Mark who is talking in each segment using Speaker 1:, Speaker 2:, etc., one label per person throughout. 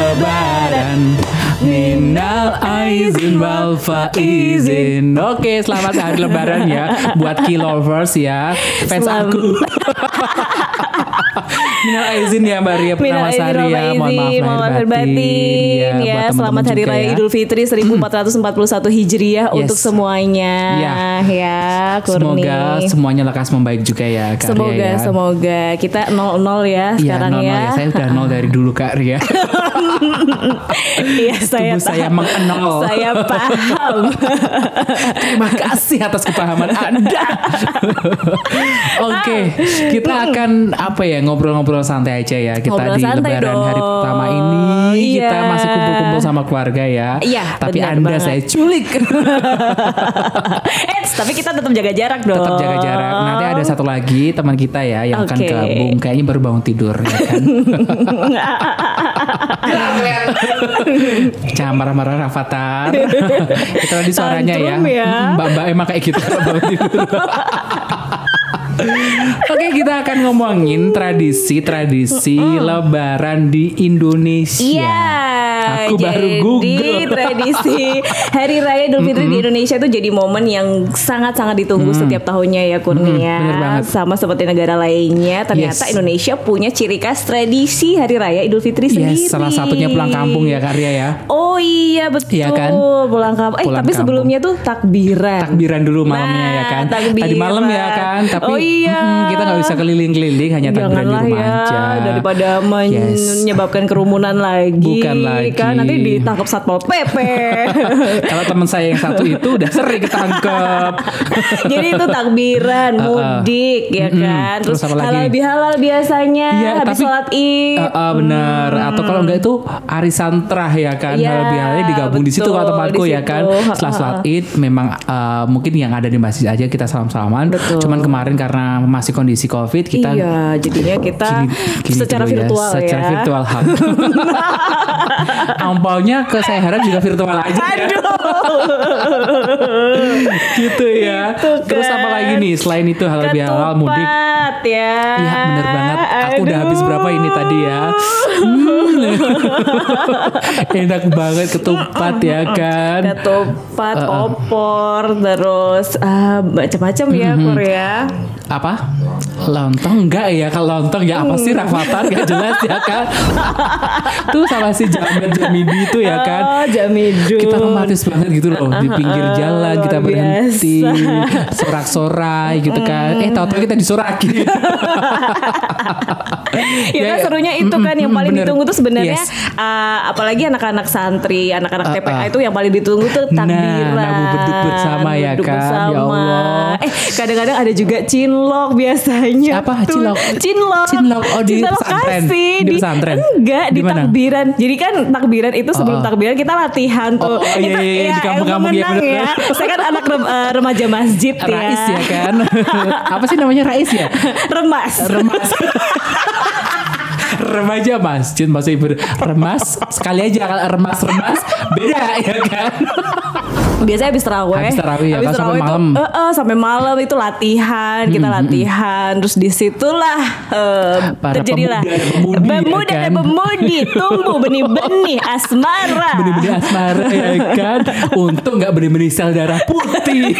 Speaker 1: lebaran Minal aizin wal faizin Oke selamat hari lebaran ya Buat key lovers ya Fans
Speaker 2: Selam-
Speaker 1: aku Minal aizin ya Mbak Ria
Speaker 2: Minal
Speaker 1: Purnama
Speaker 2: aidin
Speaker 1: Sari
Speaker 2: wal
Speaker 1: ya Mohon maaf
Speaker 2: faizin,
Speaker 1: lahir
Speaker 2: mohon batin
Speaker 1: batin, Iya, buat
Speaker 2: ya.
Speaker 1: teman-teman
Speaker 2: Selamat Hari
Speaker 1: juga
Speaker 2: Raya
Speaker 1: ya.
Speaker 2: Idul Fitri 1441 Hijriah untuk
Speaker 1: Yes.
Speaker 2: semuanya
Speaker 1: Ya.
Speaker 2: ya. Kurni.
Speaker 1: Semoga semuanya lekas membaik juga ya Kak Ria
Speaker 2: semoga,
Speaker 1: ya.
Speaker 2: semoga. kita 0-0 ya
Speaker 1: Iya,
Speaker 2: sekarang
Speaker 1: nol-nol
Speaker 2: ya.
Speaker 1: Saya udah nol dari dulu Kak Ria
Speaker 2: Iya, saya
Speaker 1: Tubuh saya
Speaker 2: tahu.
Speaker 1: mengenol.
Speaker 2: Saya paham.
Speaker 1: Terima kasih atas kepahaman Anda. Oke, kita akan apa ya ngobrol-ngobrol santai aja ya kita
Speaker 2: Ah. Ngobrol
Speaker 1: di
Speaker 2: santai
Speaker 1: lebaran hari
Speaker 2: dong.
Speaker 1: pertama ini kita
Speaker 2: Iya.
Speaker 1: masih kumpul-kumpul sama keluarga ya.
Speaker 2: Iya,
Speaker 1: Tapi
Speaker 2: benar
Speaker 1: Anda
Speaker 2: banget.
Speaker 1: saya culik.
Speaker 2: Eh, tapi kita tetap jaga jarak dong.
Speaker 1: Tetap jaga jarak. Nanti ada satu lagi teman kita ya yang akan
Speaker 2: Oke.
Speaker 1: gabung kayaknya baru bangun tidur ya kan. Jangan marah-marah Rafathar. kita tadi suaranya ya.
Speaker 2: Tantrum ya.
Speaker 1: Mbak-mbak emang kayak gitu kalau bangun tidur. Oke kita akan ngomongin tradisi-tradisi lebaran di Indonesia
Speaker 2: Iya.
Speaker 1: Aku baru
Speaker 2: jadi
Speaker 1: Google.
Speaker 2: tradisi Hari Raya Idul Fitri di Indonesia itu jadi momen yang sangat-sangat ditunggu setiap tahunnya ya Kurnia.
Speaker 1: Mm-mm, bener banget.
Speaker 2: Sama seperti negara lainnya, ternyata
Speaker 1: Yes.
Speaker 2: Indonesia punya ciri khas tradisi Hari Raya Idul Fitri sendiri.
Speaker 1: Yes, Iya, salah satunya pulang kampung ya Kak Ria ya
Speaker 2: Oh iya betul.
Speaker 1: Iya kan?
Speaker 2: Pulang kampung. Eh
Speaker 1: Pulang
Speaker 2: tapi
Speaker 1: kampung.
Speaker 2: sebelumnya tuh takbiran.
Speaker 1: Takbiran dulu malamnya ya
Speaker 2: Nah,
Speaker 1: kan Tadi
Speaker 2: takbiran.
Speaker 1: malam ya kan Tapi
Speaker 2: Oh, iya.
Speaker 1: mm-mm, kita nggak bisa keliling-keliling Hanya takbiran di
Speaker 2: Janganlah
Speaker 1: rumah
Speaker 2: ya
Speaker 1: aja
Speaker 2: daripada
Speaker 1: Yes.
Speaker 2: menyebabkan kerumunan lagi.
Speaker 1: Bukan lagi.
Speaker 2: Kan nanti ditangkap satpol pp.
Speaker 1: Kalau teman saya yang satu itu udah sering ketangkep
Speaker 2: Jadi itu takbiran,
Speaker 1: Uh-uh.
Speaker 2: mudik ya
Speaker 1: Mm-mm.
Speaker 2: kan. Terus,
Speaker 1: Terus apa lagi?
Speaker 2: halal bihalal biasanya
Speaker 1: Iya,
Speaker 2: habis
Speaker 1: tapi-
Speaker 2: sholat id. Hmm.
Speaker 1: Ah, ah, benar. Atau kalau enggak itu arisan terah ya kan.
Speaker 2: Iya,
Speaker 1: Lebih halnya digabung di situ
Speaker 2: betul,
Speaker 1: kalau tempatku
Speaker 2: di
Speaker 1: ya
Speaker 2: situ.
Speaker 1: kan. Setelah
Speaker 2: Ah,
Speaker 1: sholat
Speaker 2: ah.
Speaker 1: Id memang ah, mungkin yang ada di masjid aja kita salam-salaman.
Speaker 2: Betul.
Speaker 1: Cuman kemarin karena masih kondisi Covid kita
Speaker 2: iya, jadinya kita
Speaker 1: gini- gini
Speaker 2: secara
Speaker 1: dulu ya,
Speaker 2: virtual ya.
Speaker 1: Secara virtual hub. Ampaunya ke saya harap juga virtual aja ya.
Speaker 2: Aduh.
Speaker 1: gitu ya.
Speaker 2: Gitu
Speaker 1: Terus
Speaker 2: kan.
Speaker 1: apa lagi nih selain itu hal lebih halal mudik
Speaker 2: Ketupat, ya.
Speaker 1: Iya bener banget Aku udah
Speaker 2: Aduh.
Speaker 1: habis berapa ini tadi ya Hmm. Enak banget ketupat ya kan
Speaker 2: Ketupat, opor, terus ah, macam-macam ya
Speaker 1: Mm-hmm.
Speaker 2: Korea.
Speaker 1: Apa? Lontong enggak ya Kalau lontong ya apa sih Rafathar Gak jelas ya kan Tuh sama si Jamet Jamidi itu ya
Speaker 2: Oh,
Speaker 1: kan
Speaker 2: Ya Jamidun.
Speaker 1: kita romantis banget gitu loh di pinggir jalan
Speaker 2: luar
Speaker 1: kita
Speaker 2: biasa.
Speaker 1: berhenti sorak-sorai gitu kan eh tahu-tahu kita
Speaker 2: ya
Speaker 1: disoraki
Speaker 2: kan
Speaker 1: Ya, ya.
Speaker 2: serunya itu kan yang
Speaker 1: Mm,
Speaker 2: paling
Speaker 1: bener.
Speaker 2: ditunggu tuh sebenarnya
Speaker 1: Yes.
Speaker 2: uh, apalagi anak-anak santri, anak-anak
Speaker 1: Uh,
Speaker 2: TPA
Speaker 1: uh.
Speaker 2: itu yang paling ditunggu tuh
Speaker 1: Nah,
Speaker 2: takbiran.
Speaker 1: nabu beduk bersama ya
Speaker 2: beduk
Speaker 1: kan, ya
Speaker 2: bersama.
Speaker 1: Allah.
Speaker 2: Eh, kadang-kadang ada juga cinlok biasanya.
Speaker 1: Apa?
Speaker 2: tuh.
Speaker 1: Cilok?
Speaker 2: Cinlok.
Speaker 1: Cinlok. Oh, di
Speaker 2: Cinlok
Speaker 1: pesantren.
Speaker 2: kasih.
Speaker 1: Di pesantren.
Speaker 2: Enggak, di,
Speaker 1: Di mana?
Speaker 2: takbiran. Jadi kan takbiran itu sebelum
Speaker 1: Oh, oh.
Speaker 2: takbiran kita latihan tuh.
Speaker 1: Oh, oh, iya,
Speaker 2: Itu-
Speaker 1: iya, iya, di
Speaker 2: ya,
Speaker 1: kampung-kampung ya,
Speaker 2: mengenang ya.
Speaker 1: bener.
Speaker 2: Saya kan anak rem- eh, remaja masjid ya.
Speaker 1: Rais ya kan Apa sih namanya Rais ya
Speaker 2: Remas.
Speaker 1: Remas Remaja masjid Maksudnya ibu remas Sekali aja kalau remas-remas Beda ya kan
Speaker 2: Nah. biasanya habis terawih
Speaker 1: Habis tarawih ya, kan, sampai
Speaker 2: itu,
Speaker 1: malam.
Speaker 2: eh, eh, sampai malam itu latihan kita latihan terus disitulah eh,
Speaker 1: Para
Speaker 2: terjadilah
Speaker 1: pemuda dan pemudi,
Speaker 2: pemuda
Speaker 1: ya
Speaker 2: dan
Speaker 1: kan?
Speaker 2: pemudi tumbuh benih-benih asmara
Speaker 1: Benih-benih asmara ya kan Untung gak benih-benih sel darah putih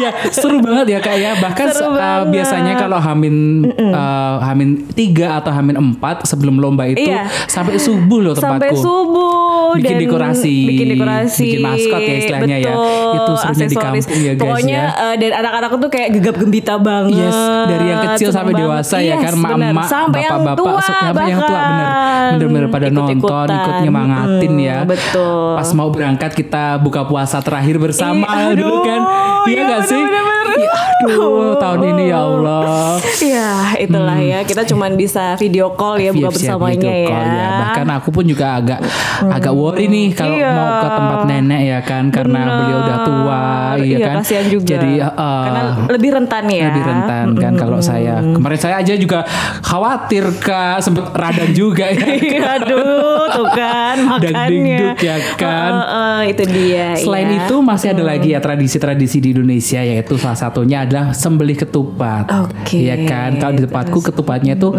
Speaker 1: ya seru banget ya kak ya bahkan
Speaker 2: Seru
Speaker 1: eh,
Speaker 2: banget.
Speaker 1: biasanya kalau hamin eh, hamin tiga atau hamin empat sebelum lomba itu
Speaker 2: Iya.
Speaker 1: sampai subuh loh tempatku
Speaker 2: sampai subuh
Speaker 1: Bikin
Speaker 2: dan
Speaker 1: dekorasi.
Speaker 2: bikin dekorasi
Speaker 1: Bikin maskot ya istilahnya ya.
Speaker 2: Betul,
Speaker 1: Itu serunya di
Speaker 2: aksesoris.
Speaker 1: kampung ya, guys,
Speaker 2: pokoknya
Speaker 1: ya.
Speaker 2: eh, dan anak-anak tuh kayak gegap gembita banget
Speaker 1: Yes, dari yang kecil
Speaker 2: Seneng
Speaker 1: sampai
Speaker 2: banget.
Speaker 1: dewasa ya
Speaker 2: Yes,
Speaker 1: kan, emak-emak,
Speaker 2: bener. sampai yang
Speaker 1: bapak-bapak,
Speaker 2: tua
Speaker 1: sok- sampai yang tua bener,
Speaker 2: bahkan.
Speaker 1: bener-bener pada nonton,
Speaker 2: Ikut-ikutan.
Speaker 1: ikut nyemangatin ya.
Speaker 2: Mm, betul
Speaker 1: Pas mau berangkat kita buka puasa terakhir bersama
Speaker 2: Ih,
Speaker 1: dulu
Speaker 2: aduh,
Speaker 1: kan. Iya
Speaker 2: iya,
Speaker 1: gak sih?
Speaker 2: bener-bener.
Speaker 1: Iya, aduh, tahun ini ya Allah. Hmm.
Speaker 2: Ya itulah ya kita cuman bisa video call ya buka
Speaker 1: Iya, siap
Speaker 2: bersamanya
Speaker 1: gitu,
Speaker 2: ya.
Speaker 1: call Bahkan aku pun juga agak agak worry nih kalau
Speaker 2: Iya.
Speaker 1: mau ke tempat nenek ya kan karena beliau udah tua iya, kan.
Speaker 2: kasihan juga.
Speaker 1: Jadi eh,
Speaker 2: Karena lebih rentan ya.
Speaker 1: lebih rentan kan kalau saya. Kemarin saya aja juga khawatir Kak, sempet radang juga ya.
Speaker 2: Iya. Aduh, tuh kan
Speaker 1: Dan
Speaker 2: makanya.
Speaker 1: dingdut ya kan.
Speaker 2: Eh, eh, itu dia.
Speaker 1: Selain
Speaker 2: ya.
Speaker 1: itu masih ada lagi ya tradisi-tradisi di Indonesia yaitu salah satunya adalah sembelih ketupat.
Speaker 2: Oke,
Speaker 1: Iya kan? Kalau di tempatku ketupatnya itu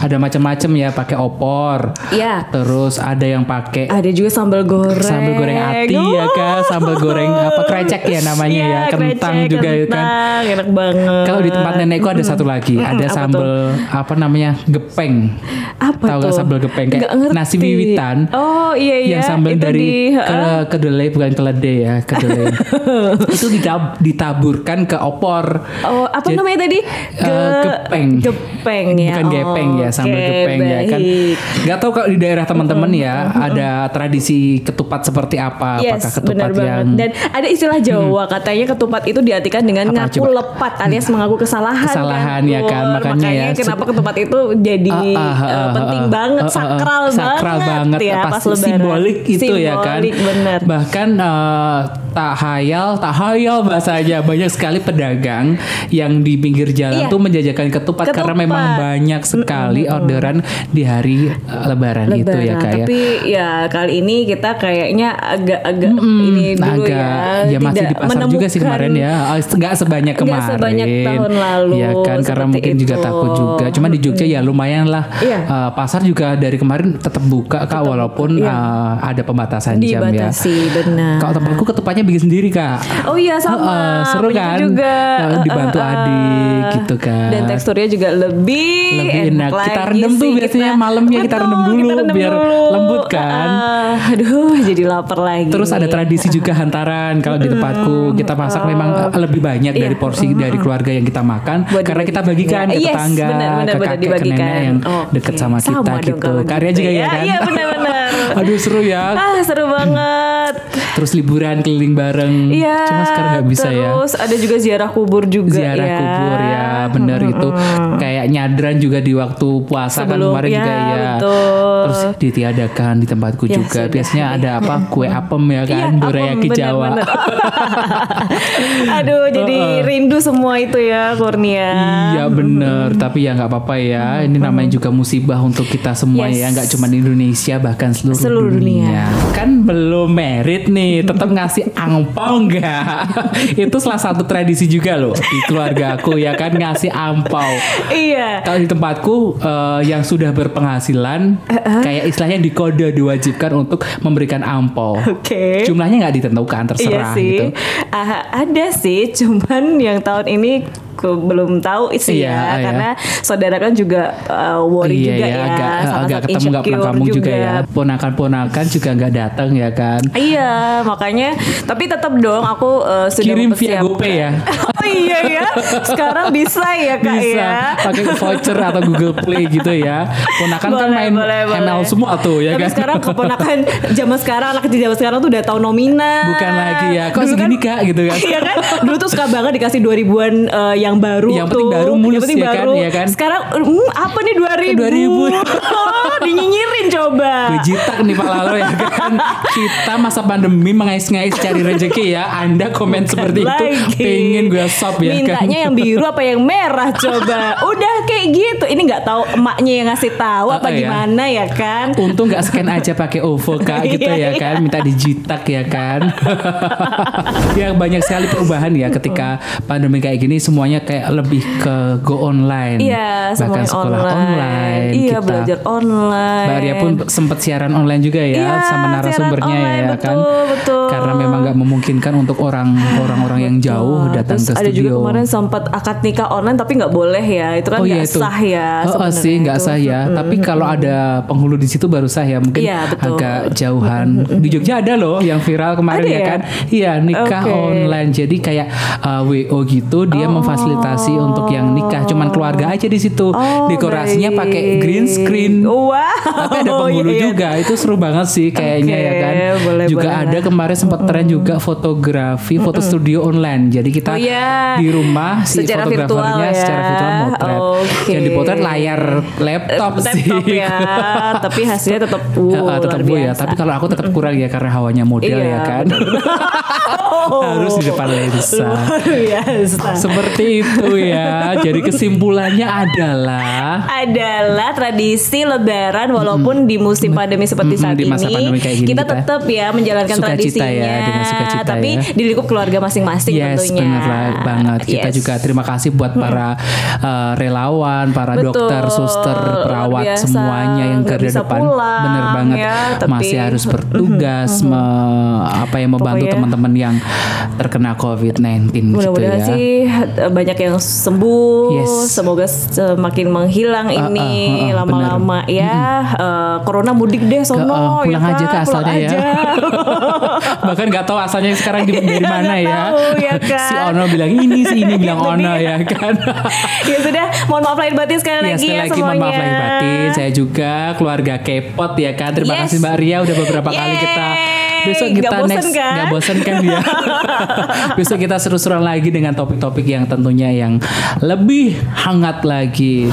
Speaker 1: ada macam-macam ya, pakai opor.
Speaker 2: Iya.
Speaker 1: Terus ada yang pakai
Speaker 2: Ada juga sambal goreng. Iya,
Speaker 1: sambal goreng ati ya kan, sambal goreng apa krecek ya namanya ya, kentang
Speaker 2: krecek,
Speaker 1: juga ya kan.
Speaker 2: kentang, Enak banget.
Speaker 1: Kalau di tempat nenekku ada satu lagi,
Speaker 2: Eh, Mm-mm,
Speaker 1: ada
Speaker 2: apa
Speaker 1: sambal apa namanya gepeng.
Speaker 2: apa
Speaker 1: Tahu
Speaker 2: tuh?
Speaker 1: nggak sambal gepeng kayak
Speaker 2: Nggak ngerti.
Speaker 1: nasi wiwitan.
Speaker 2: Oh iya iya.
Speaker 1: yang sambal
Speaker 2: itu di,
Speaker 1: dari
Speaker 2: heeh.
Speaker 1: ke, kedelai bukan keledai ya kedelai itu ditab- ditaburkan ke opor
Speaker 2: Oh, apa
Speaker 1: Jadi,
Speaker 2: namanya tadi?
Speaker 1: eh, gepeng.
Speaker 2: Gepeng ya.
Speaker 1: bukan gepeng ya sambal
Speaker 2: Oke,
Speaker 1: gepeng ya kan
Speaker 2: baik.
Speaker 1: nggak tahu kalau di daerah teman-teman ya ada tradisi ketupat seperti apa
Speaker 2: Yes,
Speaker 1: apakah
Speaker 2: benar
Speaker 1: ketupat
Speaker 2: banget.
Speaker 1: yang Hmm.
Speaker 2: Dan ada istilah Jawa katanya ketupat itu diartikan dengan
Speaker 1: Apa,
Speaker 2: ngaku
Speaker 1: coba?
Speaker 2: lepat alias mengaku kesalahan.
Speaker 1: Kesalahan, ya kan,
Speaker 2: Bor.
Speaker 1: makanya ya.
Speaker 2: kenapa ketupat itu jadi
Speaker 1: Ah, ah, ah,
Speaker 2: eh,
Speaker 1: ah,
Speaker 2: penting
Speaker 1: ah,
Speaker 2: banget,
Speaker 1: ah, ah, ah.
Speaker 2: sakral,
Speaker 1: sakral banget,
Speaker 2: ya
Speaker 1: Pas
Speaker 2: pas lebaran.
Speaker 1: simbolik itu ya kan
Speaker 2: Simbolik benar.
Speaker 1: bahkan eh, tak hayal tak hayal bahasanya banyak sekali pedagang yang di pinggir jalan
Speaker 2: Iya.
Speaker 1: tuh menjajakan ketupat, karena
Speaker 2: Ketupat.
Speaker 1: memang banyak sekali orderan di hari eh, lebaran, itu ya
Speaker 2: Lebaran.
Speaker 1: kayak
Speaker 2: Tapi ya kali ini kita kayaknya agak-agak ini
Speaker 1: Nah,
Speaker 2: dulu
Speaker 1: agak
Speaker 2: ya.
Speaker 1: ya masih
Speaker 2: tidak
Speaker 1: di pasar juga sih
Speaker 2: menemukan-
Speaker 1: kemarin ya Ah, nggak sebanyak
Speaker 2: Nggak
Speaker 1: kemarin
Speaker 2: sebanyak tahun lalu,
Speaker 1: ya kan karena
Speaker 2: seperti
Speaker 1: mungkin juga
Speaker 2: itu.
Speaker 1: takut juga cuma di Jogja ya lumayan lah
Speaker 2: Iya.
Speaker 1: Eh, pasar juga dari kemarin tetap buka kak walaupun eh, ada pembatasan jam
Speaker 2: iya.
Speaker 1: ya
Speaker 2: Dibatasi benar.
Speaker 1: kalau tempatku ketupatnya bikin sendiri kak
Speaker 2: Oh iya sama.
Speaker 1: Heeh, seru
Speaker 2: Begitu
Speaker 1: kan
Speaker 2: juga.
Speaker 1: Nah, dibantu
Speaker 2: Heeh,
Speaker 1: adik
Speaker 2: heeh.
Speaker 1: gitu kan
Speaker 2: Dan teksturnya juga lebih
Speaker 1: lebih enak. Kita
Speaker 2: lagi
Speaker 1: rendam tuh
Speaker 2: sih,
Speaker 1: biasanya
Speaker 2: kita-
Speaker 1: malamnya kita
Speaker 2: Betul,
Speaker 1: rendam dulu
Speaker 2: rendam
Speaker 1: biar
Speaker 2: dulu.
Speaker 1: lembut kan.
Speaker 2: Heeh. aduh, jadi lapar lagi.
Speaker 1: Terus ada
Speaker 2: nih.
Speaker 1: tradisi juga hantaran kalau di tempatku kita masak memang lebih banyak dari porsi dari keluarga yang kita makan
Speaker 2: Iya. Mm-hmm. Buat
Speaker 1: karena kita
Speaker 2: dibagi-bagikan.
Speaker 1: bagikan ke
Speaker 2: Yes, benar,
Speaker 1: tetangga,
Speaker 2: benar,
Speaker 1: ke
Speaker 2: benar,
Speaker 1: kakek, ke
Speaker 2: dibagikan.
Speaker 1: nenek yang
Speaker 2: Oke.
Speaker 1: dekat sama
Speaker 2: Sama
Speaker 1: kita
Speaker 2: dong
Speaker 1: gitu.
Speaker 2: kalau
Speaker 1: Karya
Speaker 2: gitu
Speaker 1: juga ya
Speaker 2: ya.
Speaker 1: kan.
Speaker 2: Iya, benar, benar.
Speaker 1: Aduh seru ya.
Speaker 2: Ah, seru banget.
Speaker 1: Terus liburan keliling bareng.
Speaker 2: Iya.
Speaker 1: Hmm, Cuma sekarang nggak bisa ya.
Speaker 2: Terus ada juga ziarah kubur juga
Speaker 1: Ziarah
Speaker 2: ya. Hmm,
Speaker 1: kubur ya, benar itu. Kayak nyadran juga di waktu puasa kan
Speaker 2: Sebelum-
Speaker 1: kemarin
Speaker 2: ya,
Speaker 1: juga ya.
Speaker 2: betul.
Speaker 1: Terus ditiadakan di tempatku
Speaker 2: Ya,
Speaker 1: juga.
Speaker 2: sudah.
Speaker 1: Biasanya ada apa? Kue apem ya
Speaker 2: Iya,
Speaker 1: kan, dorayaki
Speaker 2: apem,
Speaker 1: Jawa.
Speaker 2: bener-bener. Aduh, jadi rindu semua itu ya, Kurnia.
Speaker 1: Iya bener, tapi ya nggak apa-apa ya. Ini namanya juga musibah untuk kita semua
Speaker 2: Yes.
Speaker 1: ya, nggak cuma di Indonesia bahkan seluruh,
Speaker 2: Seluruh dunia.
Speaker 1: dunia. Kan belum merit nih, tetap ngasih angpau nggak? Itu salah satu tradisi juga loh di keluarga aku ya kan ngasih angpau.
Speaker 2: Iya.
Speaker 1: Kalau di tempatku eh, yang sudah berpenghasilan, kayak istilahnya di kode diwajibkan untuk memberikan angpau.
Speaker 2: Oke.
Speaker 1: Jumlahnya nggak ditentukan,
Speaker 2: Iya
Speaker 1: terserah
Speaker 2: sih.
Speaker 1: gitu.
Speaker 2: Ah, ada sih, cuman yang tahun ini aku belum tahu sih ya,
Speaker 1: Iya, iya.
Speaker 2: karena saudara kan juga uh, worry
Speaker 1: iya,
Speaker 2: juga
Speaker 1: ya,
Speaker 2: ya,
Speaker 1: agak,
Speaker 2: sama-sama
Speaker 1: agak ketemu nggak pulang
Speaker 2: insecure
Speaker 1: kampung juga. ya. Ponakan-ponakan juga nggak datang ya kan.
Speaker 2: Iya, makanya tapi tetap dong aku uh, sudah
Speaker 1: Kirim via
Speaker 2: mempersiapkan-
Speaker 1: GoPay ya.
Speaker 2: oh iya ya, sekarang bisa ya kak
Speaker 1: Bisa
Speaker 2: ya.
Speaker 1: pakai voucher atau Google Play gitu ya. Ponakan kan main ML semua tuh
Speaker 2: Tapi
Speaker 1: ya kan.
Speaker 2: sekarang keponakan zaman sekarang anak kecil zaman sekarang tuh udah tahu nominal.
Speaker 1: Bukan lagi ya. Kok
Speaker 2: Dulu
Speaker 1: segini Kak gitu kan.
Speaker 2: Iya kan? Dulu tuh suka banget dikasih 2000-an eh, yang baru
Speaker 1: Yang
Speaker 2: tuh.
Speaker 1: penting baru mulus
Speaker 2: yang penting
Speaker 1: ya kan,
Speaker 2: baru.
Speaker 1: iya kan?
Speaker 2: Sekarang hmm, apa nih 2000?
Speaker 1: 2000.
Speaker 2: oh, dinyinyirin coba.
Speaker 1: Gue jitak nih Pak Lalo ya kan Kita masa pandemi mengais-ngais cari rezeki ya Anda komen seperti itu Pengen gue sop ya kan
Speaker 2: Mintanya yang biru apa yang merah coba. Udah kayak gitu. Ini nggak tahu emaknya yang ngasih tahu apa
Speaker 1: Oh, iya.
Speaker 2: gimana ya kan.
Speaker 1: Untung nggak scan aja pakai OVO kak gitu
Speaker 2: Iya,
Speaker 1: ya
Speaker 2: iya.
Speaker 1: kan minta dijitak ya kan ya banyak sekali perubahan ya ketika pandemi kayak gini semuanya kayak lebih ke go online
Speaker 2: Iya,
Speaker 1: bahkan
Speaker 2: semuanya
Speaker 1: sekolah online,
Speaker 2: Iya,
Speaker 1: kita.
Speaker 2: belajar online.
Speaker 1: Mbak Arya pun sempat siaran online juga ya
Speaker 2: Iya,
Speaker 1: sama
Speaker 2: siaran
Speaker 1: narasumbernya
Speaker 2: online,
Speaker 1: ya kan
Speaker 2: betul, betul.
Speaker 1: karena memang nggak memungkinkan untuk orang orang-orang yang jauh
Speaker 2: Wah,
Speaker 1: datang
Speaker 2: terus
Speaker 1: ke
Speaker 2: Ada juga
Speaker 1: studio iya,
Speaker 2: kemarin sempat akad nikah online tapi nggak boleh ya. Itu kan nggak
Speaker 1: Oh, itu.
Speaker 2: sah ya.
Speaker 1: Oh, oh,
Speaker 2: sebenarnya
Speaker 1: sih nggak
Speaker 2: itu.
Speaker 1: sah ya. Tapi kalau ada penghulu di situ baru sah ya. Mungkin
Speaker 2: Iya, betul.
Speaker 1: agak jauhan. Di Jogja ada loh yang viral kemarin
Speaker 2: Ada
Speaker 1: ya
Speaker 2: ya?
Speaker 1: kan. Iya nikah
Speaker 2: Oke. Oh.
Speaker 1: online. Jadi kayak uh, WO gitu dia memfasilitasi untuk yang nikah. Cuman keluarga aja di situ.
Speaker 2: Oh,
Speaker 1: Dekorasinya
Speaker 2: baik.
Speaker 1: pakai green screen.
Speaker 2: Wow.
Speaker 1: Tapi ada penghulu
Speaker 2: Iya, iya.
Speaker 1: juga. Itu seru banget sih kayaknya
Speaker 2: Oke,
Speaker 1: ya kan.
Speaker 2: boleh,
Speaker 1: juga
Speaker 2: boleh
Speaker 1: ada
Speaker 2: lah.
Speaker 1: kemarin sempat tren juga fotografi, foto studio online. Jadi kita
Speaker 2: Oh, iya.
Speaker 1: di rumah si
Speaker 2: Secara
Speaker 1: fotografernya
Speaker 2: virtual ya.
Speaker 1: secara virtual motret.
Speaker 2: Oke.
Speaker 1: Yang dipotret layar laptop, sih.
Speaker 2: Laptop ya. tapi hasilnya tetap
Speaker 1: Heeh,
Speaker 2: wow,
Speaker 1: tetap
Speaker 2: luar
Speaker 1: gue ya,
Speaker 2: biasa.
Speaker 1: tapi kalau aku tetap kurang ya karena hawanya model
Speaker 2: Iya,
Speaker 1: ya kan. Harus di depan lensa.
Speaker 2: Luar biasa.
Speaker 1: Seperti itu ya. Jadi kesimpulannya adalah
Speaker 2: adalah tradisi Lebaran walaupun di musim pandemi seperti
Speaker 1: Mm-mm,
Speaker 2: saat
Speaker 1: di masa
Speaker 2: ini,
Speaker 1: pandemi kayak gini
Speaker 2: kita
Speaker 1: kita
Speaker 2: tetap ya menjalankan
Speaker 1: sukacita ya,
Speaker 2: tradisinya
Speaker 1: dengan sukacita
Speaker 2: tapi
Speaker 1: ya.
Speaker 2: di lingkup keluarga masing-masing
Speaker 1: Yes,
Speaker 2: tentunya
Speaker 1: bener lah. banget. Kita
Speaker 2: Yes.
Speaker 1: juga terima kasih buat para eh, relawan, para
Speaker 2: Betul,
Speaker 1: dokter, suster,
Speaker 2: luar
Speaker 1: perawat
Speaker 2: biasa.
Speaker 1: semuanya yang
Speaker 2: Nggak
Speaker 1: garda
Speaker 2: bisa
Speaker 1: depan.
Speaker 2: pulang,
Speaker 1: Bener banget.
Speaker 2: ya, tapi-
Speaker 1: Masih harus bertugas me- apa yang membantu
Speaker 2: Pokoknya-
Speaker 1: teman-teman yang terkena COVID-19 gitu
Speaker 2: Mudah-mudahan
Speaker 1: ya.
Speaker 2: sih eh, banyak yang sembuh.
Speaker 1: Yes.
Speaker 2: Semoga semakin menghilang ini
Speaker 1: ah, ah,
Speaker 2: lama-lama ya. Eh, corona mudik deh sono
Speaker 1: Ke- eh,
Speaker 2: ya
Speaker 1: pulang aja
Speaker 2: kan?
Speaker 1: ke asalnya
Speaker 2: Pulang
Speaker 1: ya. Bahkan nggak tahu asalnya sekarang di, dari
Speaker 2: Iya,
Speaker 1: mana
Speaker 2: nggak
Speaker 1: ya.
Speaker 2: tahu, ya kan?
Speaker 1: si Ono bilang ini, si ini bilang
Speaker 2: Itu
Speaker 1: Ono
Speaker 2: dia.
Speaker 1: ya kan.
Speaker 2: ya sudah, mohon maaf lahir batin sekali
Speaker 1: Ya
Speaker 2: lagi
Speaker 1: sekali
Speaker 2: ya
Speaker 1: lagi
Speaker 2: semuanya.
Speaker 1: mohon maaf lahir batin Saya juga keluarga K-pop ya kan Terima
Speaker 2: Yes.
Speaker 1: kasih Mbak Ria Udah beberapa kali
Speaker 2: Yeay.
Speaker 1: kita Besok
Speaker 2: Nggak
Speaker 1: kita
Speaker 2: bosen
Speaker 1: next
Speaker 2: kan?
Speaker 1: Gak bosen kan dia Besok kita seru-seruan lagi Dengan topik-topik yang tentunya Yang lebih hangat lagi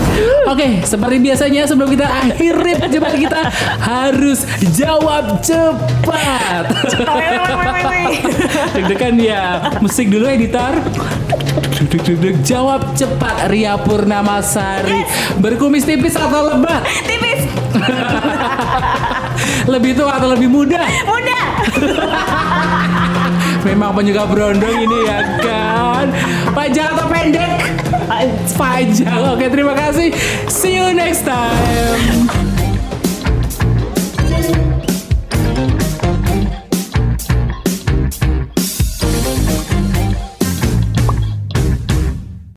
Speaker 1: Oke seperti biasanya Sebelum kita akhiri perjumpaan kita Harus jawab cepat Deg-degan ya Musik dulu editor Duduk, duduk, jawab cepat Ria Purnamasari berkumis tipis atau lebat
Speaker 2: Tipis,
Speaker 1: lebih tua atau lebih muda
Speaker 2: muda.
Speaker 1: memang penyuka berondong ini ya kan panjang atau pendek panjang oke terima kasih see you next time